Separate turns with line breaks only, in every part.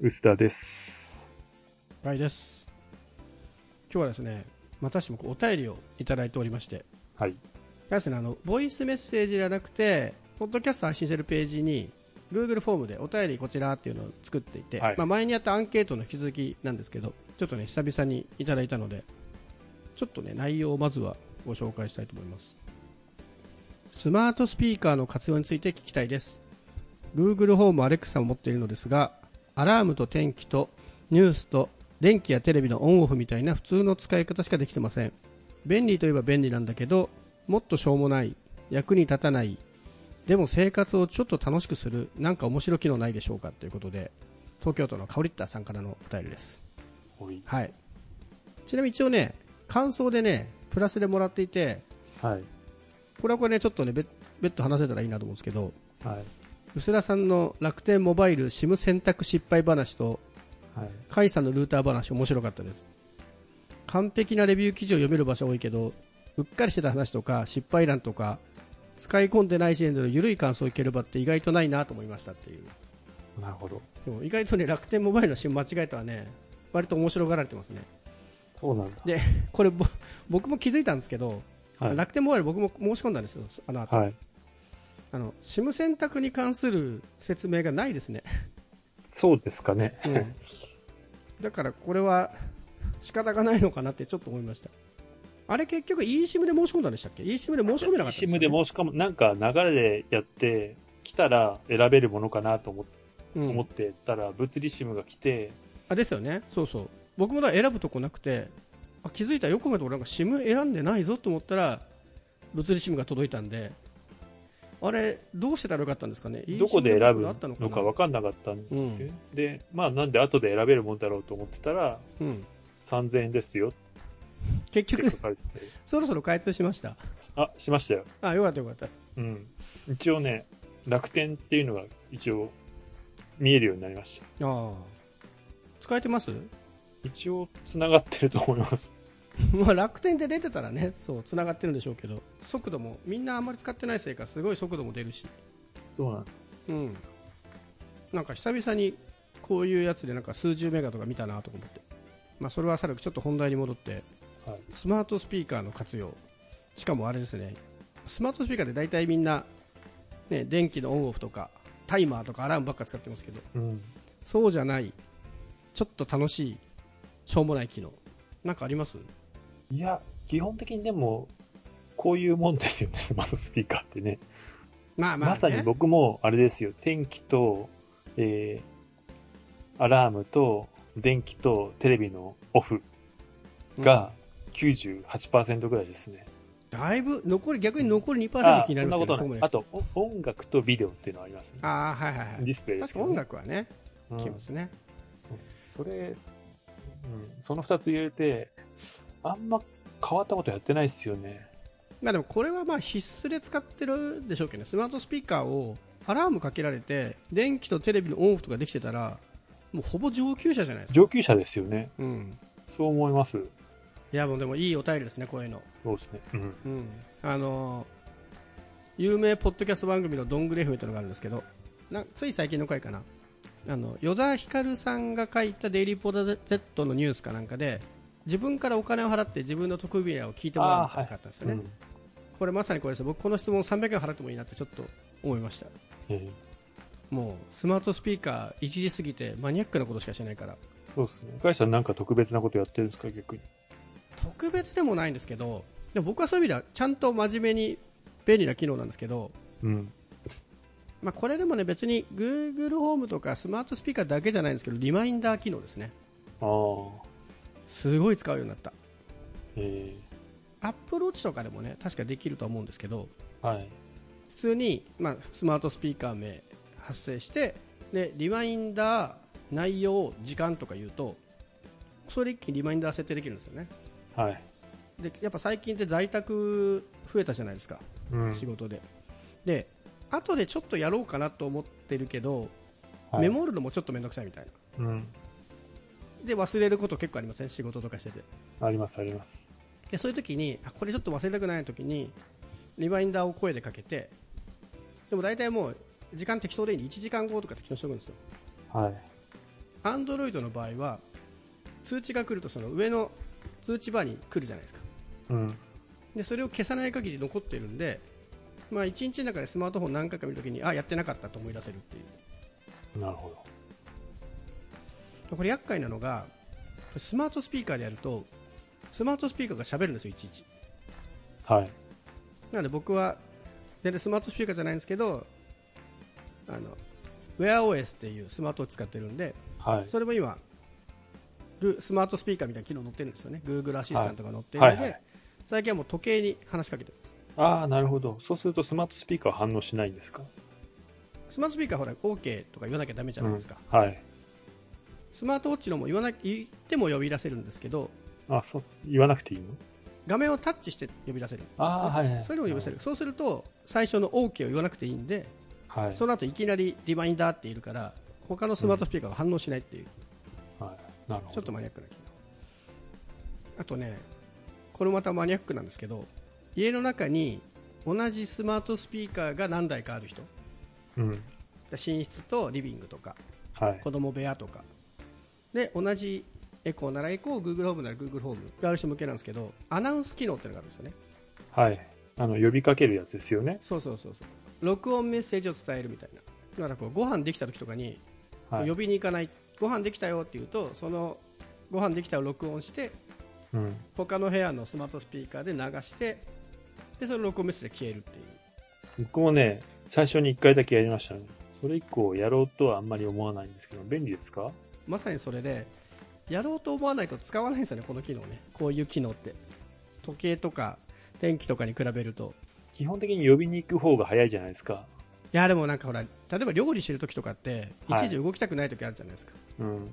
薄田です。
バイです。今日はですね、またしてもこうお便りをいただいておりまして、
はい。
なんせねあのボイスメッセージではなくて、ポッドキャスト配信してるページに、Google フォームでお便りこちらっていうのを作っていて、
はい
まあ、前にやったアンケートの引き続きなんですけど、ちょっとね、久々にいただいたので、ちょっとね、内容をまずはご紹介したいと思います。スマートスピーカーの活用について聞きたいです。Google ホーム Alexa を持っているのですが、アラームと天気とニュースと電気やテレビのオンオフみたいな普通の使い方しかできてません。便利といえば便利なんだけど、もっとしょうもない、役に立たない、でも生活をちょっと楽しくする、なんか面白機能ないでしょうかということで、東京都のカオリッタさんからのお便りです。
はい。
はい。ちなみに一応ね、感想でね、プラスでもらっていて、
はい。
これはこれね、ちょっとね、別別途話せたらいいなと思うんですけど、
はい。
薄田さんの楽天モバイル SIM 選択失敗話と
はい。
甲斐さんのルーター話面白かったです完璧なレビュー記事を読める場所多いけどうっかりしてた話とか失敗談とか使い込んでない時点での緩い感想をいける場って意外とないなと思いましたっていう
なるほど。
でも意外とね楽天モバイルの SIM 間違えたらね割と面白がられてますね
そうなんだ。
これぼ 僕も気づいたんですけど、
はい。
楽天モバイル僕も申し込んだんですよあの後
はい。
あの SIM 選択に関する説明がないですね
そうですかね。
うん、だからこれは仕方がないのかなってちょっと思いましたあれ結局 eSIM で申し込んだんでしたっけ eSIM で申し込めなかった
SIM で申
よ
し込む、なんか流れでやって、来たら選べるものかなと思っ
ねう
思っ
ん、
てたら、物理 SIM が来て、
あですよねそうそう僕もだから選ぶとこなくてあ気づいたよく考えたらなんか SIM 選んでないぞと思ったら物理 SIM が届いたんであれどうしてたらよかったんですかね eSIM
どこで選ぶ
のところあったのか
のか
な
分かんなかったん
う
ですよ
ん、
で、まあなんで後で選べるもんだろうと思ってたら、
うん、
3000円ですよ
結
って
局
書かれてて。
そろそろ開通しました
あ、しましたよ。
あよかったよかった
うん。一応ね、楽天っていうのが一応見えるようになりました。
ああ使えてます
一応繋がってると思います。
まあ楽天で出てたらね、そう、繋がってるんでしょうけど、速度も、みんなあんまり使ってないせいか、すごい速度も出るし、
そうなん
うん。なんか久々に、こういうやつでなんか数十メガとか見たなとか思って。まあそれはさるくちょっと本題に戻って、
はい
スマートスピーカーの活用。しかもあれですね、スマートスピーカーで大体みんな、ね、電気のオンオフとか、タイマーとかアラームばっか使ってますけど、
うん。
そうじゃない、ちょっと楽しい、しょうもない機能。なんかあります
いや、基本的にでも、こういうもんですよね、 スマートスピーカーってね。
まあまあ、ね、
まさに僕も、あれですよ、天気と、えー、アラームと、電気と、テレビのオフが98%ぐらいですね。
だいぶ残り逆に残り2%
あ
気にな
そ
り
ん
ま
な
す
ことな
けどねそこま
い
で。
あと、お音楽とビデオっていうのはありますね。
あーはいはいは
デ
い
ィスプレイです
確
けど
か音
ね、
楽はね
うん
きますね、
それ、うん、その2つ入れて、あんま変わったことやってないですよね。
まあでもこれはまあ必須で使ってるでしょうけどねスマートスピーカーをアラームかけられて電気とテレビのオンオフとかできてたらもうほぼ上級者じゃないですか
上級者ですよね。
うん
そう思います。
いやもうでもいいお便りですねこういうの
そうですね。うん。
うんあのー有名ポッドキャスト番組の「どんぐり FM」というのがあるんですけどなつい最近の回かなあの与沢ひかるさんが書いた「デイリー・ポーター Z」のニュースかなんかで自分からお金を払って自分の特技を聞いてもらうみたいなのがあったんですよね、
うん
これまさにこれです僕この質問300円払ってもいいなってちょっと思いました
え
もうスマートスピーカーいじりすぎてマニアックなことしかしてないから
ーそうですね。会社なんか特別なことやってるんですか、逆に。
特別でもないんですけどでも僕はそういう意味ではちゃんと真面目に便利な機能なんですけど
うん。
まあ、これでもね別に Google ホームとかスマートスピーカーだけじゃないんですけどリマインダー機能ですね
ああ。
すごい使うようになった
え
Apple Watch とかでもね確かできると思うんですけど
ーはい。
普通に、まあ、スマートスピーカー名発生してでリマインダー内容時間とか言うとそれ一気にリマインダー設定できるんですよね
はい。
でやっぱ最近って在宅増えたじゃないですか
うん
仕事でで後でちょっとやろうかなと思ってるけど、
はい
メモるのもちょっと面倒くさいみたいな
うん。
で忘れること結構ありません、仕事とかしてて
あります、あります。
でそういう時にあこれちょっと忘れたくない時にリマインダーを声でかけてでも大体もう時間適当でいいんで1時間後とか適当にしておくんですよ
はい。
Android の場合は通知が来るとその上の通知バーに来るじゃないですか
うん。
でそれを消さない限り残ってるんで、まあ、1日の中でスマートフォン何回か見るときにあやってなかったと思い出せるっていう
なるほど。
これ厄介なのがスマートスピーカーでやるとスマートスピーカーが喋るんですよいちいち
はい。
なので僕は全然スマートスピーカーじゃないんですけどあの WearOS っていうスマートを使ってるんで
はい。
それも今グスマートスピーカーみたいな機能載ってるんですよね Google アシスタントが載ってるので、
はいはい
最近はもう時計に話しかけてる
ああ、なるほど。そうするとスマートスピーカーは反応しないんですか
スマートスピーカーはほら OK とか言わなきゃダメじゃないですか、
うんはい。
スマートウォッチのも言わな言っても呼び出せるんですけど
あ、そう、言わなくていいの
画面をタッチして呼び出せるんですね、
ああ、はい、はい。
それでも呼び出せる、そうすると最初の OK を言わなくていいんで、
はい。はい。
その後いきなりリマインダーっているから他のスマートスピーカーが反応しないっていう、
なるほど。
ちょっとマニアックな機能あとねこれまたマニアックなんですけど家の中に同じスマートスピーカーが何台かある人
うん。
寝室とリビングとか
はい。
子供部屋とかで同じエコーならエコー Google ホームなら Google ホームがある人向けなんですけどアナウンス機能っていうのがあるんですよね
はい。あの、呼びかけるやつですよね。
そうそうそうそう録音メッセージを伝えるみたいなだからこうご飯できた時とかに、
はい
呼。びに行かないご飯できたよって言うとそのご飯できたを録音して
うん。
他の部屋のスマートスピーカーで流してでその録音メッセージが消えるっていう
僕もね、最初に一回だけやりましたね。それ以降やろうとはあんまり思わないんですけど、便利ですか
まさにそれでやろうと思わないと使わないんですよねこの機能ねこういう機能って時計とか天気とかに比べると
基本的に呼びに行く方が早いじゃないですか。
いやでもなんかほら例えば料理してる時とかって
はい
一時動きたくない時あるじゃないですか、
うん。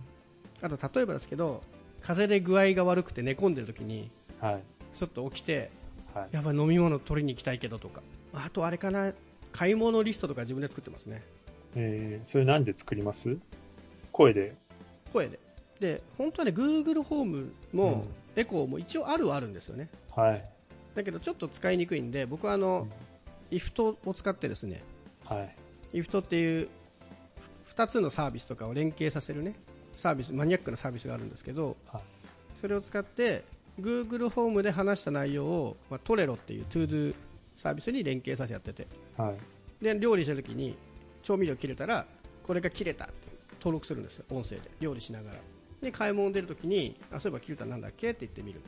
あと例えばですけど風邪で具合が悪くて寝込んでる時に
はい。
ちょっと起きて
はい。
やばい飲み物取りに行きたいけどとかあとあれかな買い物リストとか自分で作ってますね
えー、それなんで作ります声で。
声でで本当はね Google ホームもエコーも一応あるはあるんですよね
はい。
だけどちょっと使いにくいんで僕はあの、IFT を使ってですね
はい。
IFT っていう2つのサービスとかを連携させるねサービスマニアックなサービスがあるんですけど、
はい
それを使って Google ホームで話した内容を、まあ、トレロっていう ToDo サービスに連携させてやってて
はい。
で料理した時に調味料切れたらこれが切れたって登録するんですよ音声で料理しながらで買い物出るときにあそういえば切れたなんだっけって言ってみるって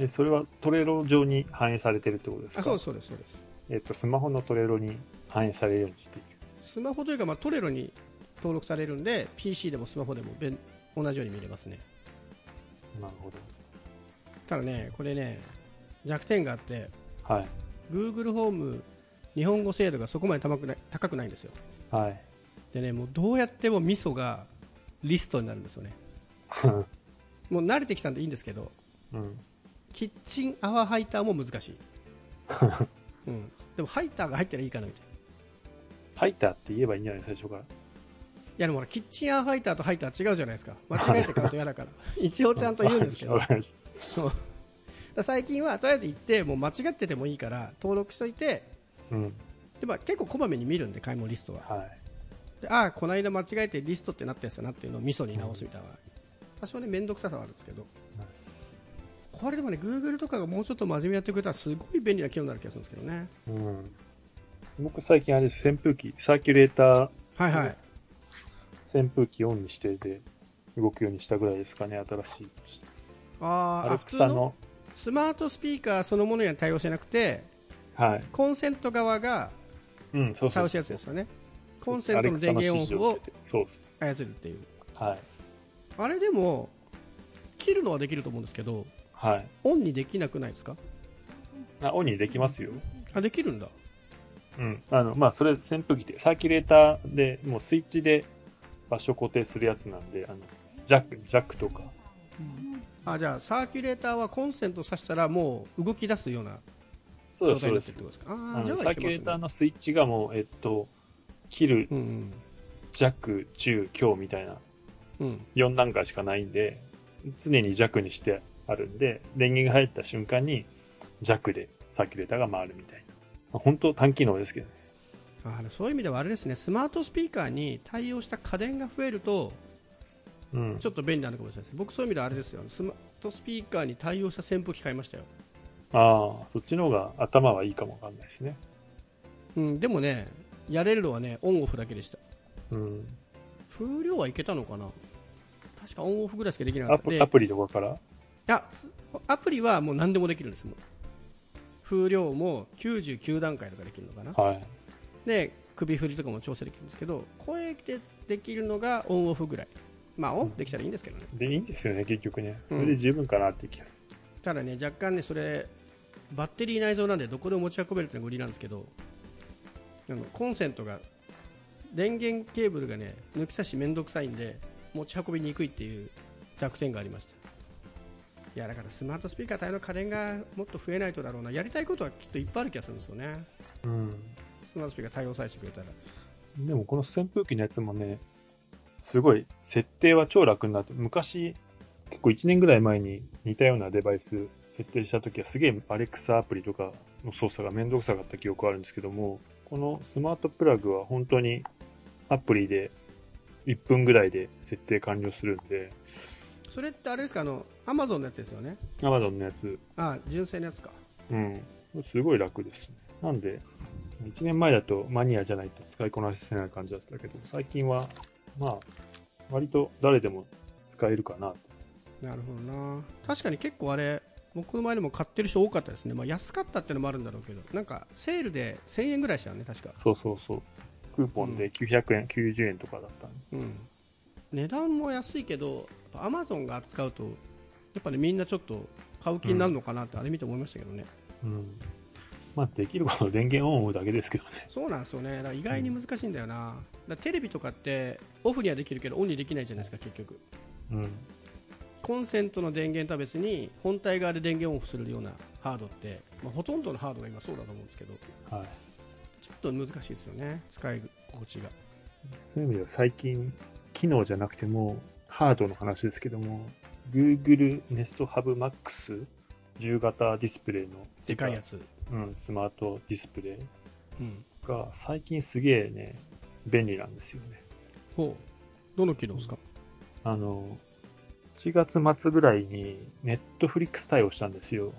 いう
で、それはトレロ上に反映されてるってことですか
あそうですそうですそうです
えっと、スマホのトレロに反映されるようにしている。
スマホというか、まあ、トレロに登録されるんで PC でもスマホでもべん同じように見れますね
なるほど。
ただねこれね弱点があって
はい。
Google ホーム日本語精度がそこまで高くない高くないんですよ
はい。
でねもうどうやってもミソがリストになるんですよねもう慣れてきたんでいいんですけど
うん。
キッチンアワーハイターも難し い、うん、でもハイターが入ったらいいかなみたいない
ハイターって言えばいいんじゃない最初から。
やでもほらキッチンアワーハイターとハイターは違うじゃないですか間違えて買うと嫌だ から一応ちゃんと言うんですけど
わかりまし
そうだ最近はとりあえず行ってもう間違っててもいいから登録しといて
たうん。
で、まあ、結構こまめに見るんで買い物リストは
はい。
でああこの間間違えてリストってなったやつだなっていうのをミソに直すみたいな、多少ね面倒くささはあるんですけど、
はい
これでもね Google とかがもうちょっと真面目にやってくれたらすごい便利な機能になる気がするんですけどね
うん。僕最近あれです、扇風機、サーキュレータ
はいはい、
ー、扇風機オンにしてで、動くようにしたぐらいですかね、新しい。
あー
ア
あ
レ
普
ク
通
サ
の
の、
スマートスピーカーそのものには対応してなくて
はい。
コンセント側が
うん、そうそ
対
う
応したやつですよねコンセントの電源オフを
そう
操るっていう
はい。
あれでも切るのはできると思うんですけど
はい。
オンにできなくないですか
あ、オンにできますよ。
あできるんだ
うん。あの、まあ、それ扇風機で、サーキュレーターで、もうスイッチで場所固定するやつなんで、あの、ジャック、ジャックとか、
あじゃあサーキュレーターはコンセントさしたらもう動き出すような
そうで
状
す、そ
態
うで
になって
す
るっ。てことですかあ
あ
ー
の
じゃ
サ
あ
ー
い
キュレ
け
ーター
ますね
のスイッチがもう、えっと、切る、
うんうん
弱、中、強みたいな
うん、
4段階しかないんで、常に弱にしてあるんで、電源が入った瞬間に弱でサーキュレーターが回るみたいな。まあ、本当単機能ですけどね。
あーそういう意味ではあれですねスマートスピーカーに対応した家電が増えると
うん。
ちょっと便利なのかもしれないです僕そういう意味ではあれですよスマートスピーカーに対応した扇風機買いましたよ、
ああ、そっちの方が頭はいいかもわかんないですね。
うん、でもねやれるのはねオンオフだけでした
うん。
風量はいけたのかな確かオンオフぐらいしかできなか
ア
ったんで
プアプリとかから
いやアプリはもう何でもできるんですもう風量も99段階とかできるのかな
はい。
で首振りとかも調整できるんですけど声でできるのがオンオフぐらいまあオンできたらいいんですけどね
で、いいんですよね、結局ね。それで十分かなって気がす
ただね若干ねそれバッテリー内蔵なんでどこでも持ち運べるっていうのが売りなんですけどあのコンセントが電源ケーブルがね抜き差し面倒くさいんで持ち運びにくいっていう弱点がありましたいやだからスマートスピーカー対応の家電がもっと増えないとだろうなやりたいことはきっといっぱいある気がするんですよね
る。
スマートスピーカー対応さえしてくれたら
うん。でもこの扇風機のやつもね、すごい、設定は超楽になって、昔、結構1年ぐらい前に似たようなデバイス設定したときは、すげえアレクサアプリとかの操作がめんどくさかった記憶はあるんですけども、このスマートプラグは本当にアプリで1分ぐらいで設定完了するんで、
それってあれですかあのアマゾンのやつですよね
Amazon のやつ、
あ純正のやつか
うん。すごい楽ですね。なんで、1年前だとマニアじゃないと使いこなせない感じだったけど、最近は、まあ、割と誰でも使えるかな。
なるほどな確かに結構あれ僕の前でも買ってる人多かったですね、まあ、安かったってのもあるんだろうけどなんかセールで1000円ぐらいしたよね確か、
そうそうそう。クーポンで900円、90円とかだったんで
うん、値段も安いけどアマゾンが扱うとやっぱり、ね、みんなちょっと買う気になるのかなってあれ見て思いましたけどね、
うん。まあ、できることは電源オンオフだけですけどね。
そうなんですよねだから意外に難しいんだよな、だからテレビとかってオフにはできるけどオンにできないじゃないですか結局
うん。
コンセントの電源とは別に本体側で電源オフするようなハードって、まあ、ほとんどのハードが今そうだと思うんですけど
はい。
ちょっと難しいですよね使い心地が
そういう意味では最近、機能じゃなくても、ハードの話ですけども、Google Nest Hub Max 10型ディスプレイの。
でかいやつ、
うん、スマートディスプレイ。
うん、
が最近すげえね、便利なんですよね。
ほうどの機能ですか、
あの、1月末ぐらいにネットフリックス対応したんですよ。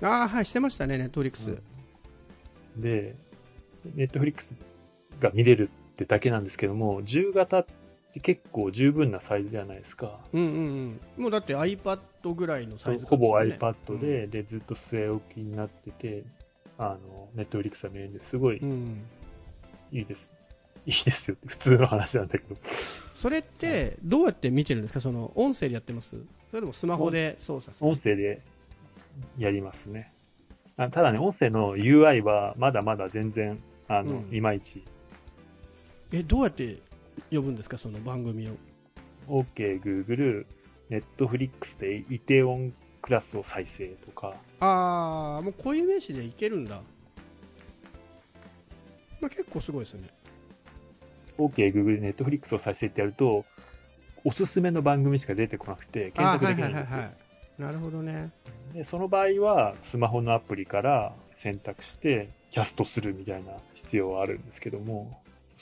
ああはいしてましたねネットフリックス、
で、ネットフリックスが見れるってだけなんですけども、10型って結構十分なサイズじゃないですか。
うん、うんうんもうだって iPad ぐらいのサイズ
ほ
感です
ぼ
よね
iPad で、、で、ずっと据え置きになってて、あの、ネットフリックスは見れるんですごい
うんうん
いいです。いいですよって普通の話なんだけど。
それってどうやって見てるんですかその音声でやってますそれでもスマホで操作する
音声でやりますね。あただね、音声の UI はまだまだ全然、あの、
うん
いまいち、
えどうやって呼ぶんですかその番組を
OK、Google、Netflix でイテオンクラスを再生とか、
ああもうこういう名詞でいけるんだ、まあ、結構すごいですよね
OK、Google、Netflix を再生ってやると、おすすめの番組しか出てこなくて、
あ
検
ー
索
はい
でき
は
ないいんで
はい
すよ
は。いなるほどね
で、その場合は、スマホのアプリから選択して、キャストするみたいな必要はあるんですけども、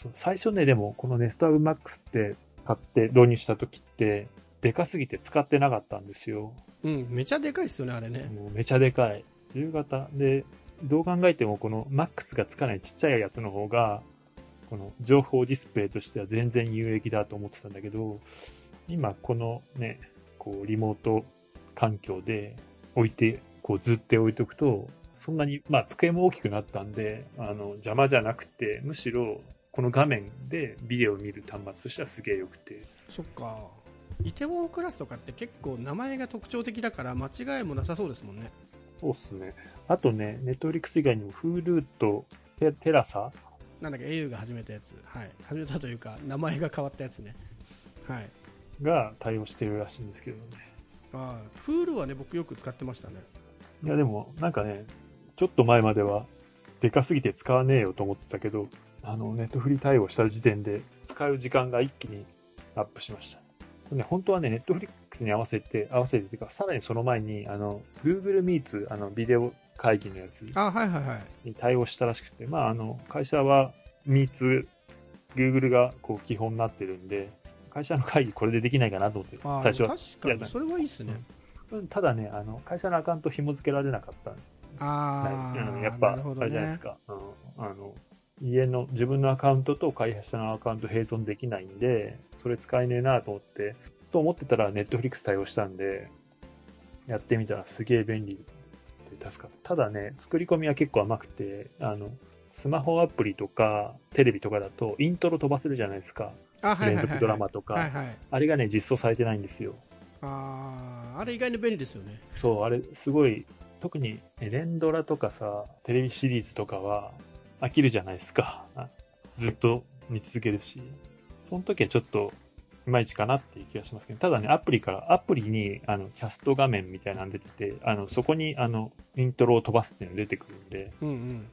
そう最初ね、でも、この Nest Hub Max って買って導入した時って、でかすぎて使ってなかったんですよ。
うんめちゃでかいっすよねあれね、
もうめちゃでかい。10型。で、どう考えても、この Max がつかないちっちゃいやつの方が、この情報ディスプレイとしては全然有益だと思ってたんだけど、今このね、こうリモート環境で置いて、こうずって置いておくと、そんなに、まあ机も大きくなったんで、あの邪魔じゃなくて、むしろこの画面でビデオを見る端末としてはすげえ良くて、
そっかイテウォンクラスとかって結構名前が特徴的だから間違いもなさそうですもんね
そうっすね。あとね、ネットフリックス以外にも Hulu とテテラサ
なんだっけ au が始めたやつはい始めたというか名前が変わったやつねはい
が対応してるらしいんですけどね。
ああ Hulu はね僕よく使ってましたね
いやでも、なんかね、ちょっと前までは、でかすぎて使わねえよと思ってたけど、あの、ネットフリ対応した時点で、使う時間が一気にアップしました。これね、本当はね、ネットフリックスに合わせて、合わせてっていうか、さらにその前に、あの、Google Meets、あの、ビデオ会議のやつ
ああはいはいはい
に対応したらしくて、まあ、あの、会社は Meets、Google がこう基本になってるんで、会社の会議これでできないかなと思って、
あ
最初
ー
は。
確かに、それはいいですね。
うんただね、あの、会社のアカウント紐付けられなかったんで
ああ、
うんやっぱ、
なるほ
あ
ど
れじゃないで
ね
す。か、うんあの家の自分のアカウントと会社のアカウント併存できないんで、それ使えねえなと思って、と思ってたら、ネットフリックス対応したんで、やってみたらすげえ便利で助かった。ただね、作り込みは結構甘くて、あのスマホアプリとかテレビとかだと、イントロ飛ばせるじゃないですか、
あ、はい
連
はいはい、
続ドラマと
はい
か、
はい。
あれがね、実装されてないんですよ。
ああ、あれ意外に便利ですよね。
そう、あれ、すごい、特に、ね連ドラとかさ、テレビシリーズとかは、飽きるじゃないですか。 あずっと見続けるし。その時はちょっと、いまいちかなっていう気がしますけど、ただね、アプリから、アプリに、あの、キャスト画面みたいなの出てて、あの、そこに、あの、イントロを飛ばすっていうのが出てくるんで、
うんうん。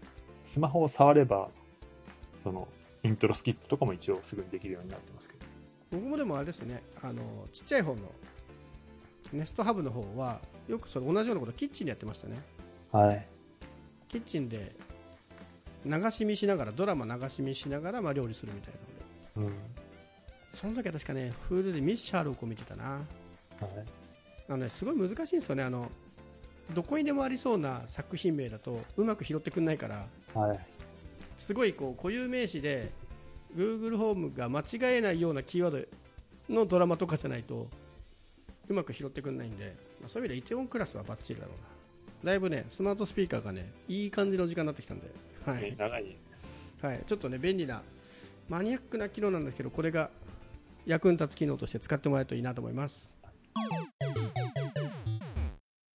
スマホを触れば、その、イントロスキップとかも一応すぐにできるようになってますけど。
僕もでもあれですね、あの、ちっちゃい方の、ネストハブの方は、よくそれ同じようなことキッチンでやってましたね。
はい。
キッチンで流し見しながら、ドラマ流し見しながら、まあ、料理するみたいなので。
うん。は
その時は確かね、フールでミッシャーロックを見てたな。
い。
あのね、すごい難しいんですよね。あの、どこにでもありそうな作品名だと、うまく拾ってくんないから、
はい。
すごいこう固有名詞で Google ホームが間違えないようなキーワードのドラマとかじゃないとうまく拾ってくれないんで、まあ、そういう意味でイテウォンクラスはバッチリだろうなだいぶねスマートスピーカーがねいい感じの時間になってきたんで、は
ね
い
長い。
はい、ちょっとね便利なマニアックな機能なんですけどこれが役に立つ機能として使ってもらえるといいなと思います